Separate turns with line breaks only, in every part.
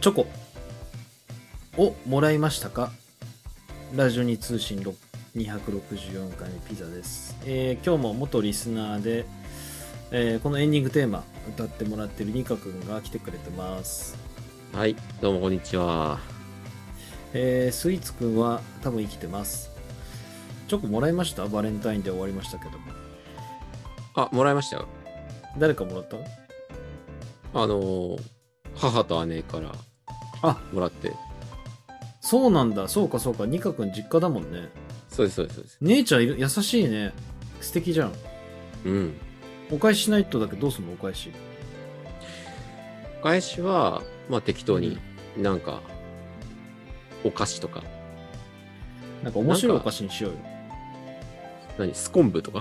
チョコをもらいましたかラジオに通信ろ264回目ピザです、えー今日も元リスナーで、えーこのエンディングテーマ歌ってもらってるニカ君が来てくれてます
はい、どうもこんにちは。
えースイーツくんは多分生きてますチョコもらいましたバレンタインで終わりましたけども
あ、もらいましたよ。
誰かもらった
あのー母と姉から
あ
もらって。
そうなんだそうかそうかニカ君実家だもんね
そうです、そうです、そうです。
姉ちゃんいる優しいね素敵じゃん
うん。
お返ししないとだけどどうすんのお返し
お返しは、まあ適当になんか、お菓子とか、
なんか面白い
な
お
んか
菓子にしようよ
何、スコンブ とか。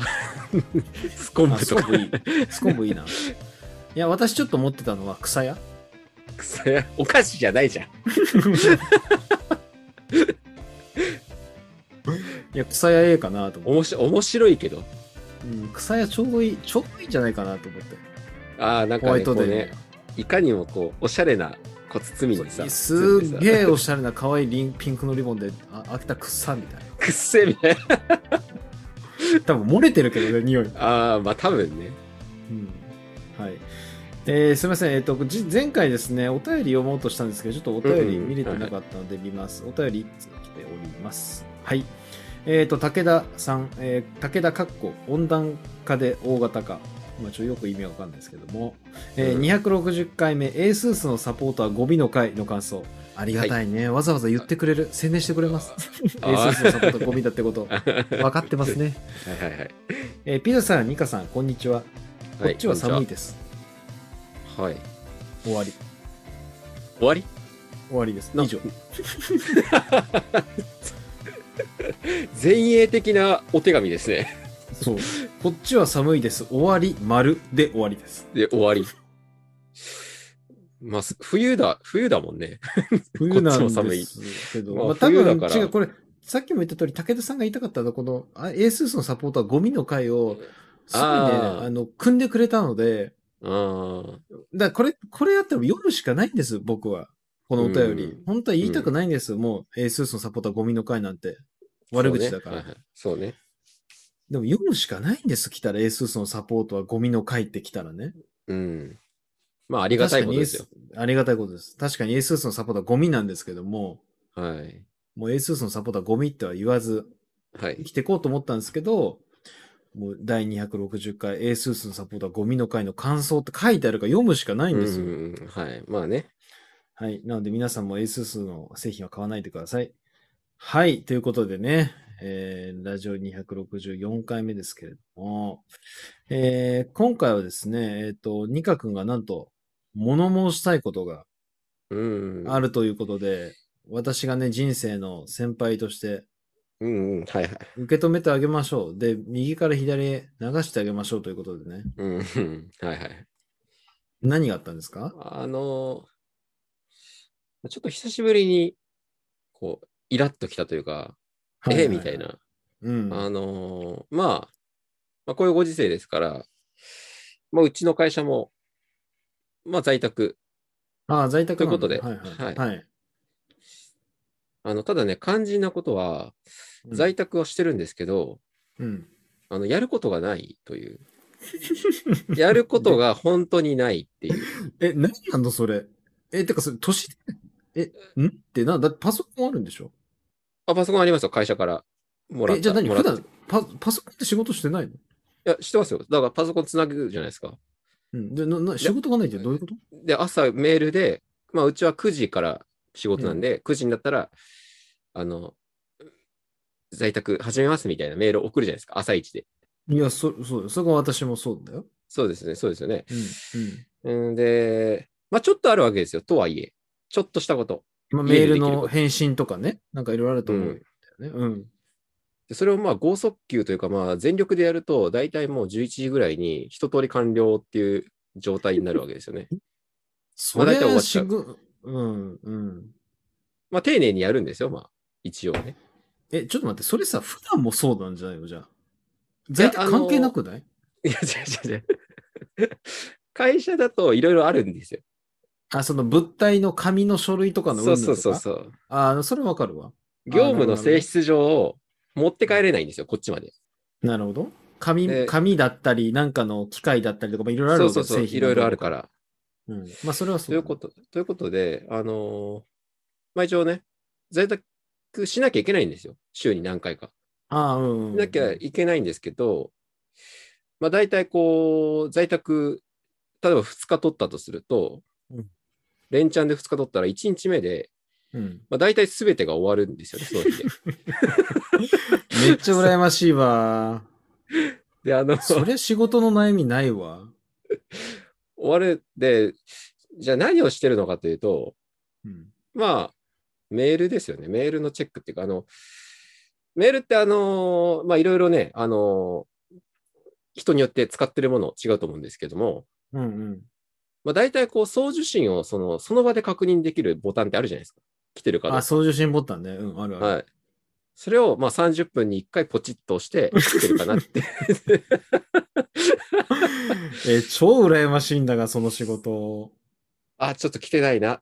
スコン
あ
ブ
ス
と
コ
か
ン。ブいい。スコンブいいな。いや、私ちょっと持ってたのは草屋。
それ お菓子じゃないじゃん。
いや、草屋ええかなと思
お
って。
もし面白いけど。
うん、草屋ちょうどいい、ちょうどいいんじゃないかなと思って。
ああ、なん
ホ
か
ワ
ね、
イ
こ
トデ
う
ー
ね、いかにもこう、おしゃれな、こう、包みに
に
さ、
すっげえ
包んで
おしゃれな可愛いリンピンクのリボンで、あ開けた草み たい
さくっせえみたい
な。多分漏れてるけどね、匂い。
な。ああ、まあ多分ね。
うんはい。えーすみません、えっとじ前回ですね、お便り読もうとしたんですけど、ちょっとお便り見れてなかったので見ます。お便り1通来ております。はい。えっ、と、武田さん、えー武田かっこ温暖化で大型化。まあ、ちょっとよく意味がわかんないですけども、えー
うん
260回目、エースースのサポーターゴミの回の感想。ありがたいね、わざわざ言ってくれる、宣伝してくれます。 エ
あ
ー
ー
スースのサポーターゴミだってこと、分かってますね。
はいはいはい。
えーピザさん、ニカさん、こんにちは。こっちは寒いです。
す。はい。
終わり。
終わり
終わりです。
な
以上。
前衛的なお手紙ですね。
そう。こっちは寒いです。終わり、丸で終わりです。
で、終わり。まあ、す冬だ、冬だもんね。
冬なん
こっちも寒
で
い
すけど、
ま
ま
あ
あ、多
冬だ
分
から
違う、これ、さっきも言った通り、武田さんが言いたかったのは、この、あエースースのサポーター、ゴミの会を、すごいね、
あ
あ
ー
の、組んでくれたので、
うん。
だからこれ、これやっても夜しかないんです、僕は。このお便り。
うん
本当は言いたくないんです、もう、エースースのサポーター、ゴミの会なんて。悪口だから。
そうね。
でも夜しかないんです、来たら、エースースのサポートはゴミの会って来たらね。
はいはいうん。まあ、ありがたいことですよ。
確かに ASUS ありがたいことです。確かに ASUS のサポーターゴミなんですけども、
はい。
もう ASUS のサポーターゴミっては言わず、
は
生
い。
きていこうと思ったんですけど、もう第260回 ASUS のサポーターゴミの回の感想って書いてあるから読むしかないんですよ。
うんはい。まあね。
はい。なので皆さんも ASUS の製品は買わないでください。はい。ということでね、えーラジオ264回目ですけれども、えー今回はですね、えっ、と、ニカ君がなんと物申したいことが
うん。
あるということで、私がね、人生の先輩として
うんうん。はいはい。
受け止めてあげましょう。で、右から左へ流してあげましょうということでね。
うん うん。はいはい。
何があったんですか
あのーちょっと久しぶりに、こう、イラッときたというか、えーみたい。な。
うん。
あのーまあ、まあ、こういうご時世ですから、まあ、うちの会社も、まあ、在宅。
ああ、在宅なんだ
ということ
はい
で
はい。はい。
あの、ただね、肝心なことは、在宅はしてるんですけど、
うん。
あの、やることがないという。やることが本当にないっていう。
え、何なのそれ。え、てかそれ、年で、え、んってな、だってパソコンあるんでしょ
あ、パソコンありますよ、会社から。もらった
え、じゃあ何
もら
普
った
段パ、パソコンって仕事してないの
いや、してますよ。だからパソコンつなぐじゃないですか。
うん。で、な、な仕事がないってどういうこと
で、朝メールで、まあ、うちは9時から仕事なんで、9時になったら、あの、在宅始めますみたいなメールを送るじゃないですか、朝一で。
いや、そ、そうよ。それが私もそうだよ。
そうですね、そうですよね。
うん。うん。
うんで、まあ、ちょっとあるわけですよ、とはいえ。ちょっとしたこと。
まあ、メー
家でで
ル
きること
の返信とかね、なんかいろいろあると思うんだよね。うん。
でそれをまあ、剛速球というか、まあ、全力でやると、大体もう11時ぐらいに一通り完了っていう状態になるわけです よね。
それ
まあ大体終わ
は
っち
し
ゃう
ぐ、うん、うん。
まあ、丁寧にやるんですよ、まあ、一応ね。
え、ちょっと待って、それさ、普段もそうなんじゃないのじゃあ。在宅関係なくない
いや、違う違う違う。会社だといろいろあるんですよ。
あ、その物体の紙の書類とかの
そうそう
云々とか
そうそう。
あ、それわかるわ。
業務の性質上、持って帰れないんですよ、こっちまで。
なるほど。紙
で、
紙だったり、なんかの機械だったりとか、まあいろいろある
そ
わけ
うそうそう、
製品
いろいろあるから。
ら。うん。まあ、それはそう
という
だね。
こと、ということで、あのーまあ一応ね、在宅しなきゃいけないんですよ、週に何回か。
ああ、うんうん。
しなきゃいけないんですけど、まあ大体こう、在宅、例えば2日取ったとすると
うん、
連チャンで2日取ったら1日目で、
うん。
まあ大体全てが終わるんですよね、そういう意味で。
めっちゃ羨ましい わ。
で、あの、
それ仕事の悩みないわ。
終わるで、じゃあ何をしてるのかというと、
うん。
まあ、メールですよね。メールのチェックっていうか、あの、メールってあのー、まあいろいろね、あのー、人によって使ってるもの違うと思うんですけども、
うんうん。
まあ大体こう送受信をその、その場で確認できるボタンってあるじゃないですか。来てるかどう
あ、送受信ボタンね。うん、あるあ
か
る。
はい。それをまあ30分に1回ポチッと押して、来てるかなって。
えー超羨ましいんだが、その仕事。
あ、ちょっと来てないな。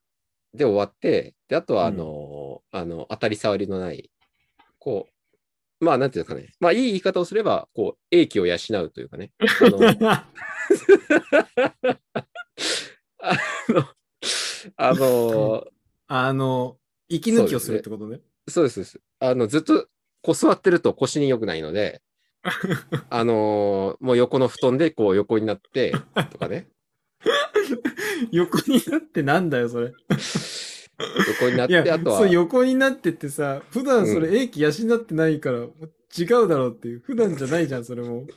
で終わって、で、あとは、あのー、あの、当たり障りのない、こう、まあ、なんていうんですかね。まあ、いい言い方をすれば、こう、英気を養うというかね。あ の、あの、あのー
あの、息抜きをするってことね。
そうです、そうです。あの、ずっと、こう、座ってると腰に良くない ので、あのーもう横の布団で、こう、横になって、とかね。
横になってなんだよ、それ。
横になっ
いや
て、あとは
そう、、横になってってさ、普段それ、英気養ってないから、もう違うだろうっていう。普段じゃないじゃん、それも。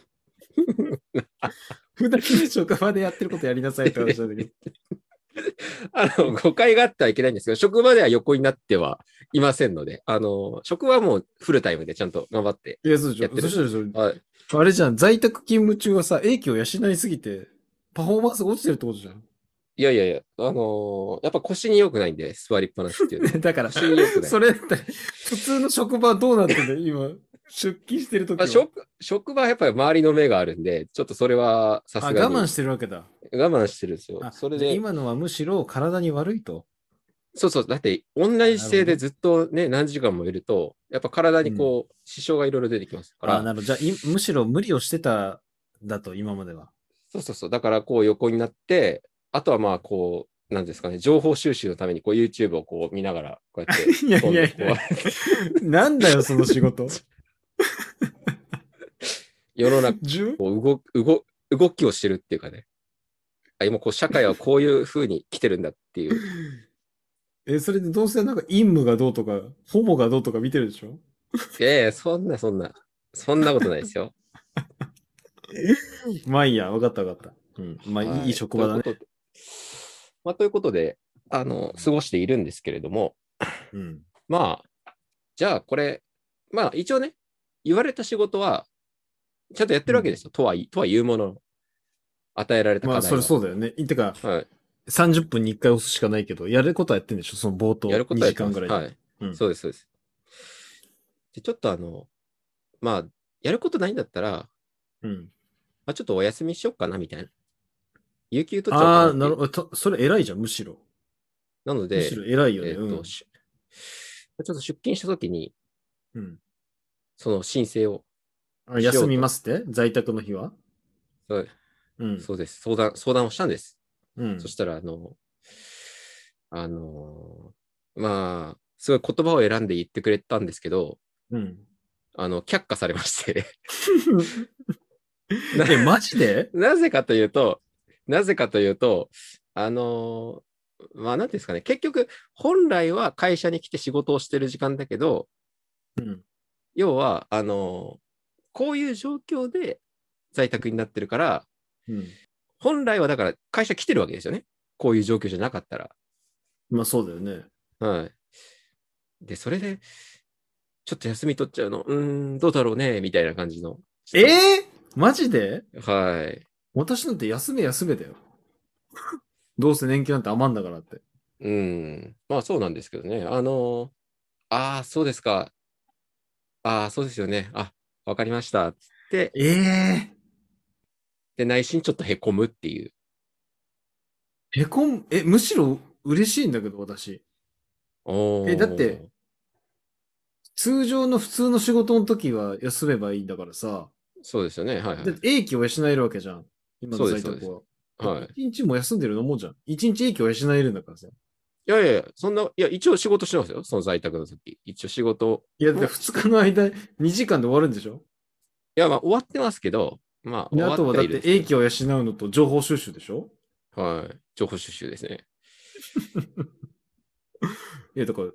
普段の職場でやってることやりなさいって話なんだけど。
あの、誤解があってはいけないんですけど、職場では横になってはいませんので、あの、職場はもうフルタイムでちゃんと頑張って。
いや、そうでし
やって
ょ。そ
る
したらそ
はい。
れあれじゃん、在宅勤務中はさ、英気を養いすぎて、パフォーマンスが落ちてるってことじゃん。。
いやいやいや、あのーやっぱ腰に良くないんで、座りっぱなしっていうの は
だから、
腰に良くない。
それって、普通の職場どうなってんだよ、今。出勤してるとき
まあ、職職場はやっぱり周りの目があるんで、ちょっとそれはさすがに
我慢してるわけだ。
我慢してるんですよ
あ。
それ
じゃあ
で、
今のはむしろ体に悪いと。
そうそう、だって同じ姿勢でずっとね、何時間もいると、やっぱ体にこう、支障がいろいろ出てきますか
あ
ら、
なるほど。じゃあい、むしろ無理をしてたんだと、今まで は。
そうそうそう。だから、こう横になって、あとはまあ、こう、なんですかね、情報収集のために、こう YouTube をこう見ながら、こうやっ て。
いや
こう
いやい
こ
や、
う
なんだよ、その仕事。
世の中、
じゅ
こう動く、動、動きをしてるっていうかね。あ今、こう、社会はこういう風に来てるんだっ ていう。
え、それでどうせなんか陰夢がどうとか、ホモがどうとか見てるでしょ
いやいや、そんな、そんな、そんなことないですよ。
まあいいや、わかったわかった。うん。 まあ、、
はい
い職場だね。。
ということでまあ、ということで、あの、過ごしているんですけれども、
うん。
まあ、じゃあこれ、まあ一応ね、言われた仕事は、ちゃんとやってるわけですよ。とはい、とは言うものの、与えられた課
ま
題は
あ、それそうだよね。いてか、
はい。
30分に1回押すしかないけど、やることはやってんでしょその冒頭。
やること
2
はや
時
ってま
間
す
ぐらい。
はい、
うん
そうです、そうです。で、ちょっとあの、まあ、やることないんだったら、
う
ま
ん。
あちょっとお休みしよっかな、みたいな。有給取っちゃおうか
あ
な
あ、な
っていう
るほど。とそれ偉いじゃん、むしろ。
なの
む
で、
しろ偉い
え
よね。
ーと、しちょっと出勤したときに、
うん。うん
その申請を、
あ休みますって在宅の日は
そう
うん。
そうです、相談、相談をしたんです。
うん
そしたら、あの、あの、まあ、すごい言葉を選んで言ってくれたんですけど、
うん。
あの、却下されまして。
え、マジ で
なぜかというと、なぜかというと、あの、まあ、なんていうんですかね、結局、本来は会社に来て仕事をしてる時間だけど、
うん。
要は、あの、こういう状況で在宅になってるから、
うん。
本来はだから会社来てるわけですよね。こういう状況じゃなかったら。
まあそうだよね。
はい。で、それで、ちょっと休み取っちゃうの、うーん、どうだろうね、みたいな感じの。
ええマジで
はい。
私なんて休め休めだよ。 どうせ年金なんて余んだからって。
うん。まあ、そうなんですけどね。あのああ、そうですか。ああ、そうですよね。あ、わかりました。つって、
ええ
で、内心ちょっとへこむっていう。
へこん、え、むしろ嬉しいんだけど、私。
おー
えだって、通常の普通の仕事の時は休めばいいんだからさ、
そうですよね。はい、はい
だっ。て英気を養えるわけじゃん。今の在
そうです
宅は。
はい、
一日も休んでるのもんじゃん。一日英気を養えるんだからさ。
いやいやいや、そんな、いや、一応仕事してますよ。その在宅の時。一応仕事、
いや、だって2日の間、2時間で終わるんでしょ
いや、まあ終わってますけど、まあ、
で
終わ
あとはだ
は
っ
いる
て
ん
英
です
気を養うのと情報収集でしょ
けどはい。情報収集ですね。
いや、だから、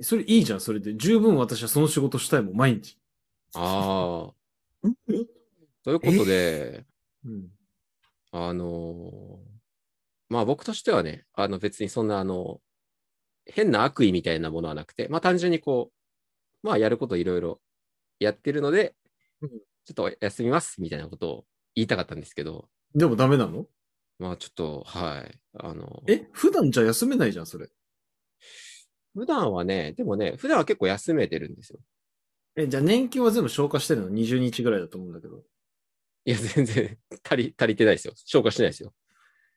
それいいじゃん、それで。十分私はその仕事したいもん、毎日。
ああ。
うん
ということで、
うん。
あのーまあ僕としてはね、あの別にそんなあの、変な悪意みたいなものはなくて、まあ単純にこう、まあやることいろいろやってるので、
うん
ちょっと休みますみたいなことを言いたかったんですけど、
でもダメなの
まあちょっと、はい。あの、
え普段じゃ休めないじゃん、それ。
普段はね、でもね、普段は結構休めてるんですよ。
え、じゃあ年金は全部消化してるの20日ぐらいだと思うんだけど。
いや、全然足り、足りてないですよ。消化してないですよ。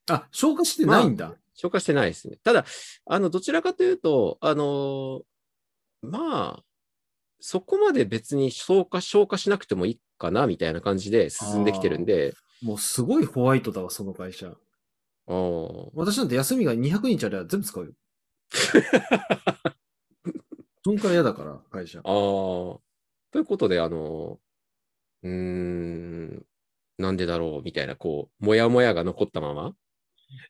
あ、消化してないんだ。
消化してないですね。ただ、あの、どちらかというと、あのーまあ、そこまで別に消化、消化しなくてもいいかな、みたいな感じで進んできてるんで、
もうすごいホワイトだわ、その会社。
あー
私なんて休みが200日あれば全部 使うよ。そんから嫌だから、会社。
あー、ということで、あのーうーん、なんでだろう、みたいな、こう、もやもやが残ったまま、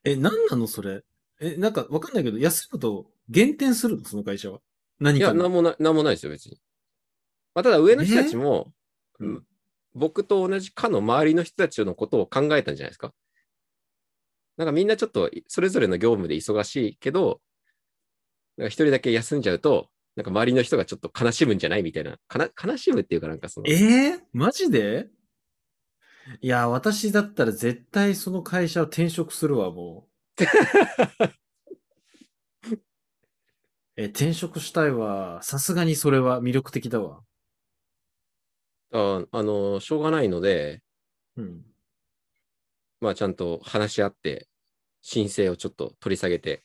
え、なんなのそれ。え、なんかわかんないけど、休むと減点するのその会社は。何
い
か
や、
の
なんもない、なんもないですよ、別に。まあ、ただ、上の人たちも、
え
うん僕と同じかの周りの人たちのことを考えたんじゃないですか。なんかみんなちょっと、それぞれの業務で忙しいけど、なんか一人だけ休んじゃうと、なんか周りの人がちょっと悲しむんじゃないみたいな。かな悲しむっていうかなんかその、
えー、マジでいや、私だったら絶対その会社を転職するわ、も う。え、転職したいわ。さすがにそれは魅力的だわ。
ああの、しょうがないので、
うん。
まあちゃんと話し合って、申請をちょっと取り下げて、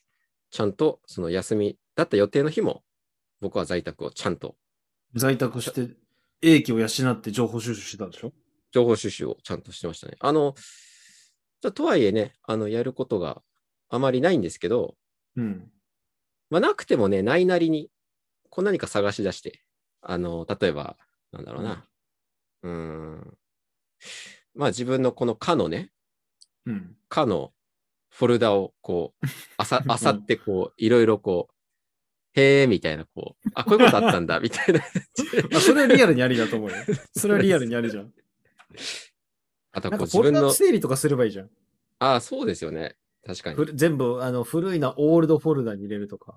ちゃんとその休みだった予定の日も、僕は在宅をちゃんと
在宅して、英気を養って情報収集してたんでしょ
情報収集をちゃんとしてましたね。あの、じゃあとはいえね、あの、やることがあまりないんですけど、
うん。
まあ、なくてもね、ないなりに、こう何か探し出して、あの、例えば、なんだろうな、うーん、まあ自分のこの課のね、
うん。
課のフォルダを、こう、あ さ、あさって、こう、いろいろこう、へえ、みたいな、こう、あ、こういうことあったんだ、みたいな。
まあ、それはリアルにありだと 思うよ。それはリアルにありじゃん。
あと、
な
こ
んか
う、自
フォル
分
ダの
の、
整理とかすればいいじゃん。
ああ、そうですよね。確かに
ふ。る全部、あの、古いな、オールドフォルダに入れるとか。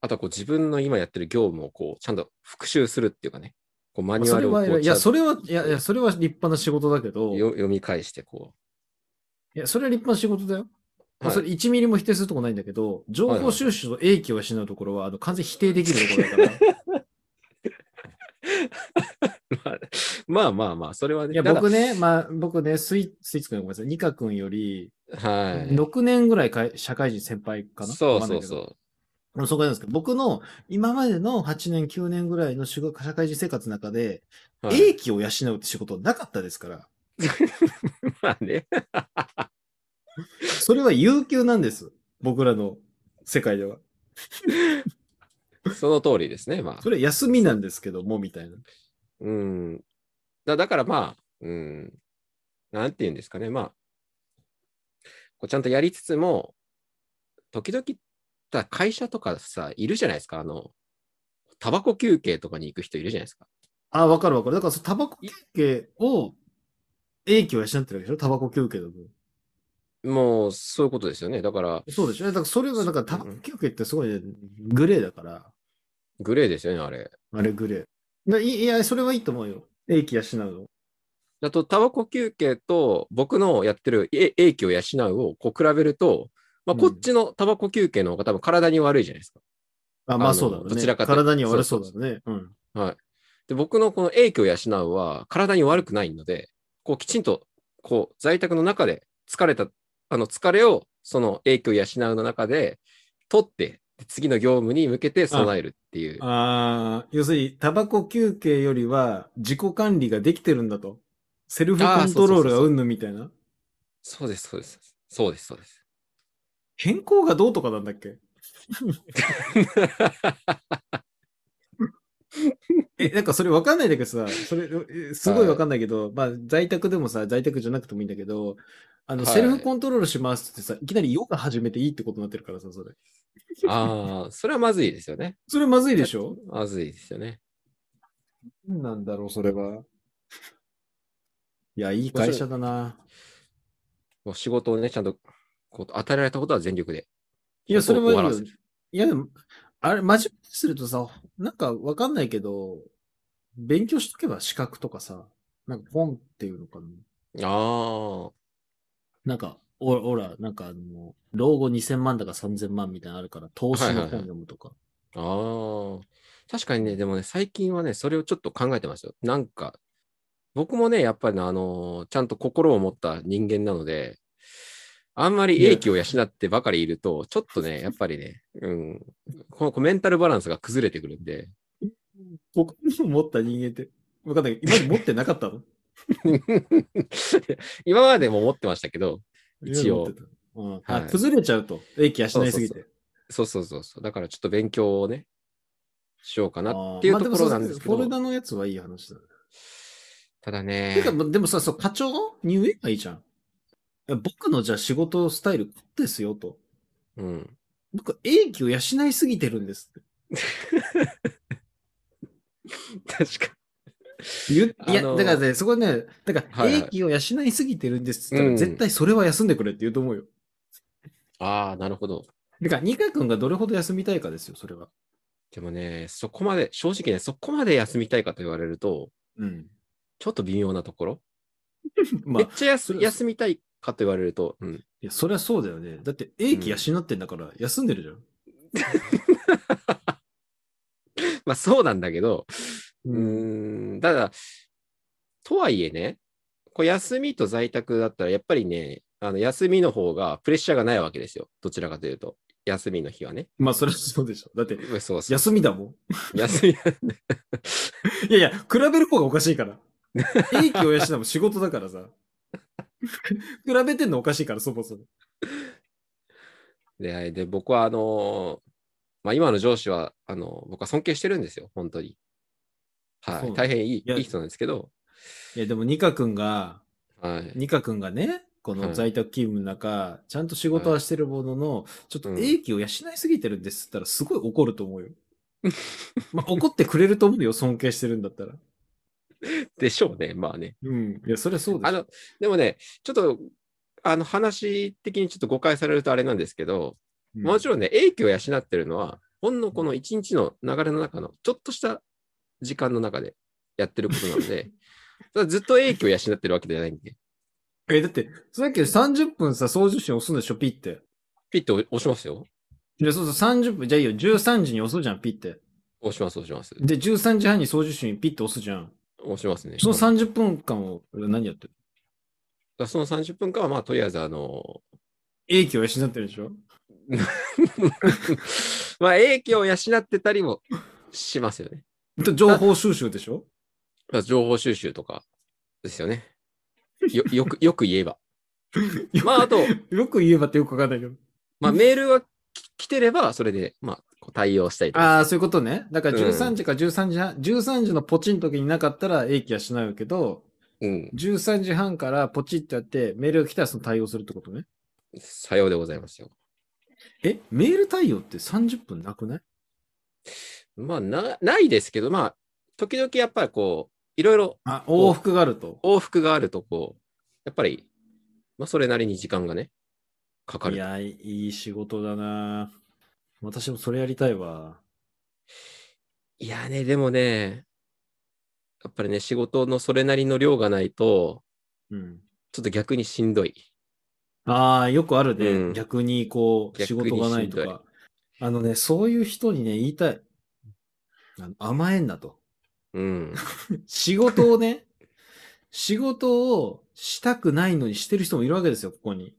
あとはこう自分の今やってる業務をこうちゃんと復習するっていうかね、こうマ
まあ
ニュ
そ
ア
れ
ルをこ
は偉
う
い、い
ちゃ
や、
んと
それは、いや、いや、それは立派な仕事だけど。
よ読み返してこ
いや、それは立派な仕事だよ。まあ
はい
それ1ミリも否定するとこないんだけど、情報収集の英気を失うところは、あの完全に否定できるところだ から。
う。まあまあまあまあ、それはね、
いや、
ただ
僕ね、まあ、僕ね、スイスイーツ君ごめんなさい、ニカ君より、
はい。
6年ぐらいかい社会人先輩かな
そうそう
う。
そ
でもそこなんですけど、僕の今までの8年、9年ぐらいの仕事社会人生活の中で、
う。はい
英気を養うって仕事はなかったですから、
まあね。
それは有給なんです。僕らの世界では。
その通りですね、まあ
そ。れは休みなんですけども、みたいな。
うん。だだからまあ、うん。なんて言うんですかね、まあ。こうちゃんとやりつつも、時々、だ会社とかさ、いるじゃないですか、あの、タバコ休憩とかに行く人いるじゃないですか。
あ、わかるわかる。だからそのタバコ休憩を、英気を養ってるわけでしょタバコ休憩の分。
もう、そういうことですよね。だから、
そうでしょだからそれが、だからタバコ休憩ってすごいね、グレーだから。
グレーですよね、あれ。
あれグレー。だいいや、それはいいと思うよ。英気養うの。
だと、タバコ休憩と、僕のやってるえ英気を養うをこう比べると、まあ、
うん
こっちのタバコ休憩の方が多分体に悪いじゃないですか。
あ、まあ
あの
そうだろうね。
どちらかというと
体には悪そうだろうね。うん。
はい。で、僕のこの英気を養うは体に悪くないので、こうきちんと、こう在宅の中で疲れた、あの疲れをその英気を養うの中で取って、次の業務に向けて備えるっていう。
ああ、要するに、タバコ休憩よりは自己管理ができてるんだと。セルフコントロールがうんぬんみたいな。
そうです、そうです。そうです、そうです。
変更がどうとかなんだっけえ、なんかそれわかんないんだけどさ、それ、えすごいわかんないけど、まあ在宅でもさ、在宅じゃなくてもいいんだけど、あの、
はい
セルフコントロールしますってさ、いきなりヨガ始めていいってことになってるからさ、それ。
ああ、それはまずいですよね。
それまずいでしょ
まずいですよね。
なんだろう、それは。いや、いい会社だな。
もう仕事をね、ちゃんとこう与えられたことは全力で。
いや、それもいい
終わ
よ
らせ。
いや、でも、あれ、真面目にするとさ、なんかわかんないけど、勉強しとけば資格とかさ、なんかポンっていうのかな。
ああ、
なんか、おほら、なんかあの、老後2000万だか3000万みたいなのあるから、投資の本読むとか。
ああ。確かにね、でもね、最近はね、それをちょっと考えてますよ。なんか、僕もね、やっぱりね、あのーちゃんと心を持った人間なので、あんまり英気を養ってばかりいると、ちょっとね、やっぱりね、うん、このこうメンタルバランスが崩れてくるんで、
僕の持った人間って、わかんないけど、今まで持ってなかった の
今までも思ってましたけど、一
今ま
応
で持ってたうん、あ、
はい
崩れちゃうと。英気養いすぎて。
そうそうそうそうそうそうそう、だからちょっと勉強をね、しようか
あ
な
ー
っていう
まあ
ところなんですけ
もそ
ど、
うフォルダのやつはいい話だね。
ただ
て
ね
か、、までもさ、そう、課長に言えばいいじゃん。いや僕のじゃあ仕事スタイルこうですよと。
うん、
僕は英気を養いすぎてるんですって。
確か
言ういや、
あの
だからね、そこね、だか
は
ら、
いはい
英気を養いすぎてるんですって言ったら、
うん
絶対それは休んでくれって言うと思うよ。
ああ、なるほど。
だから、二階君がどれほど休みたいかですよ、それは。
でもね、そこまで、正直ね、そこまで休みたいかと言われると、
うん。
ちょっと微妙なところ。
まあ、
めっちゃやす
それ
休みたいかと言われると、うん、
いや、そりゃそうだよね。だって、英気養ってんだから、休んでるじゃん。
まあそうなんだけど、う
うん
ーん、ただ、とはいえね、こう休みと在宅だったら、やっぱりね、あの休みの方がプレッシャーがないわけですよ。どちらかというと、休みの日はね。
まあ、そりゃそうでしょ。だって、
うんそうそう。
休みだもん。
休み。
いやいや、比べる方がおかしいから。英気を養うのも仕事だからさ。 比べてんのおかしいから、そもそも。
で、で僕は、あのーまあ、今の上司は、あの僕は尊敬してるんですよ、本当に。は
そう
い。
ね
大変いい
いや
いい人なんですけど、
いや、でも、ニカ君が、
はい。
ニカ君がね、こ
は
の
い
在宅勤務の中、ちゃんと仕事はしてるものの、ちょっと
うん
英気を養いすぎてるんですって言ったら、すごい怒ると 思うよ。まあ、怒ってくれると思うよ、尊敬してるんだったら。
でしょうね、まあね。
うん。いや、それはそうで
あ
す。
の、でもね、ちょっと、あの話的にちょっと誤解されるとあれなんですけど、もち
ろん。
ろんね、英気を養ってるのは、ほんのこの一日の流れの中の、ちょっとした時間の中でやってることなの で、それはずっと英気を養ってるわけではないんで、
え、だって、それだけど30分さ、送受信押すんでしょ、ピッて。
ピッと押しますよ。
いや、そうそう、30分、じゃあいいよ、13時に押すじゃん、ピッて。
押します、押します。
で、13時半に操縦手にピッと押すじゃん。
押しますね。
その
うん
30分間を何やってる
だからその30分間は、まあ、とりあえず、あの、
英気を養ってるでしょ
まあ、英気を養ってたりもしますよね。
と情報収集でしょ
だから情報収集とかですよね。よよくよく言えば。まあ、あと、
よく言えばってよくわかんないけど。
まあ、メールがき来てれば、それで、まあ、こう対応したりとか。
ああ、そういうことね。だから
うん
13時か13時半、13時のポチン時になかったら英気はしないけど、
うん。
13時半からポチってやって、メールが来たらその対応するってことね。
さようでございますよ。
え、メール対応って30分なくない
まあ、なないですけど、まあ、時々やっぱりこう、いろいろ
あ、往復があると。
往復があると、こう、やっぱり、まあ、それなりに時間がね、かか
い
る。
や、いい仕事だな私もそれやりたいわ。
いやね、でもね、やっぱりね、仕事のそれなりの量がないと、
うん。
ちょっと逆にしんどい。
ああ、よくあるね。
うん
逆にこう、仕
逆に
事がないと
しんどい
か。あのね、そういう人にね、言いたい。あの甘えんなと。
うん。
仕事を ね、仕事をしたくないのにしてる人もいるわけですよ、ここに。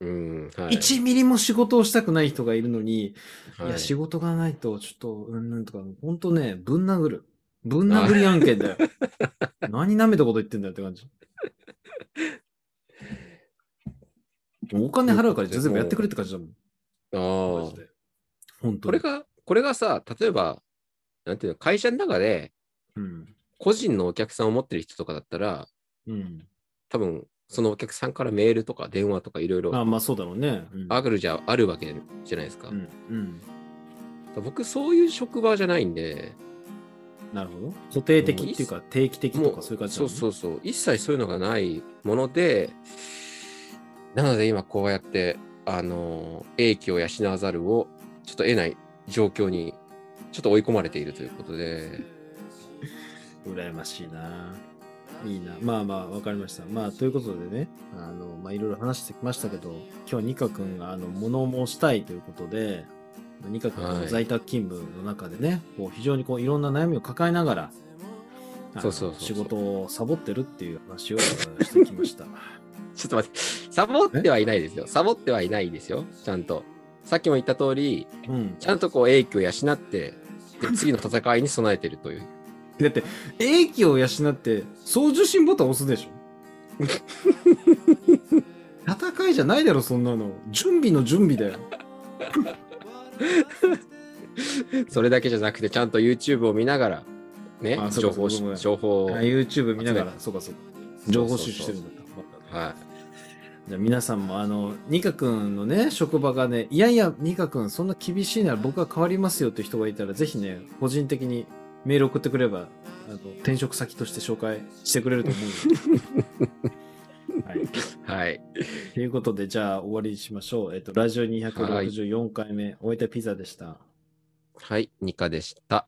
うん、はい。
1ミリも仕事をしたくない人がいるのに、い、
は
や、
い
仕事がないと、ちょっと、うんうんとか、ほんとね、ぶん殴る。ぶん殴り案件だよ。 何舐めたこと言ってんだよって感 じ。お金払うから、じゃあ全部やってくれって感じだもん。
ああ
マジ。で本当
これ
に。
が、これがさ、例えば、なんていうの、会社の中で、
うん。
個人のお客さんを持ってる人とかだったら、
うん。
多分、そのお客さんからメールとか電話とかいろい
あ
ろ
まあそうだろうね。うん。
あるじゃ、あるわけじゃないですか。
うん。うん。
僕、そういう職場じゃないんで、
なるほど。固定的っていうか、定期的と
も
か
う、
そういう感じだも
そうん
ね
そうそう、一切そういうのがないもので、なので今こうやって、あの、英気を養わざるを、ちょっと得ない状況に、ちょっと追い込まれているということで、
羨ましいな。 いいな。まあまあ、わかりました。まあ、ということでね、あの、まあ、いろいろ話してきましたけど、今日はニカ君が、あの、物申したいということで、ニカ君
は
の
い
在宅勤務の中でね、こう非常にこういろんな悩みを抱えながら、あの
そうそうそうそう
仕事をサボってるっていう話をしてきました。
ちょっと待って、サボってはいないですよ。サボってはいないですよ、ちゃんと。さっきも言った通り、
うん。
ちゃんとこう、英気を養って、で次の戦いに備えてるという。
だって、英気を養って、送受信ボタン押すでしょ 戦いじゃないだろ、そんなの。準備の準備だよ。
それだけじゃなくて、ちゃんと YouTube を見ながら、ね
あ、そう
情
かそうか
報し
ごめん、
情報を。
あ
はい。
YouTube 見ながら
集、
そうかそうか。情報収集してるんだった。じゃあ皆さんも、あの、ニカ君のね、職場がね、いやいや、ニカ君、そんな厳しいなら僕は変わりますよって人がいたら、ぜひね、個人的にメール送ってくれば、あの転職先として紹介してくれると思 うので。はい。
はい。
ということで、じゃあ終わりにしましょう。えっと、ラジオ264回目、おいたピザでした。
はい、ニカでした。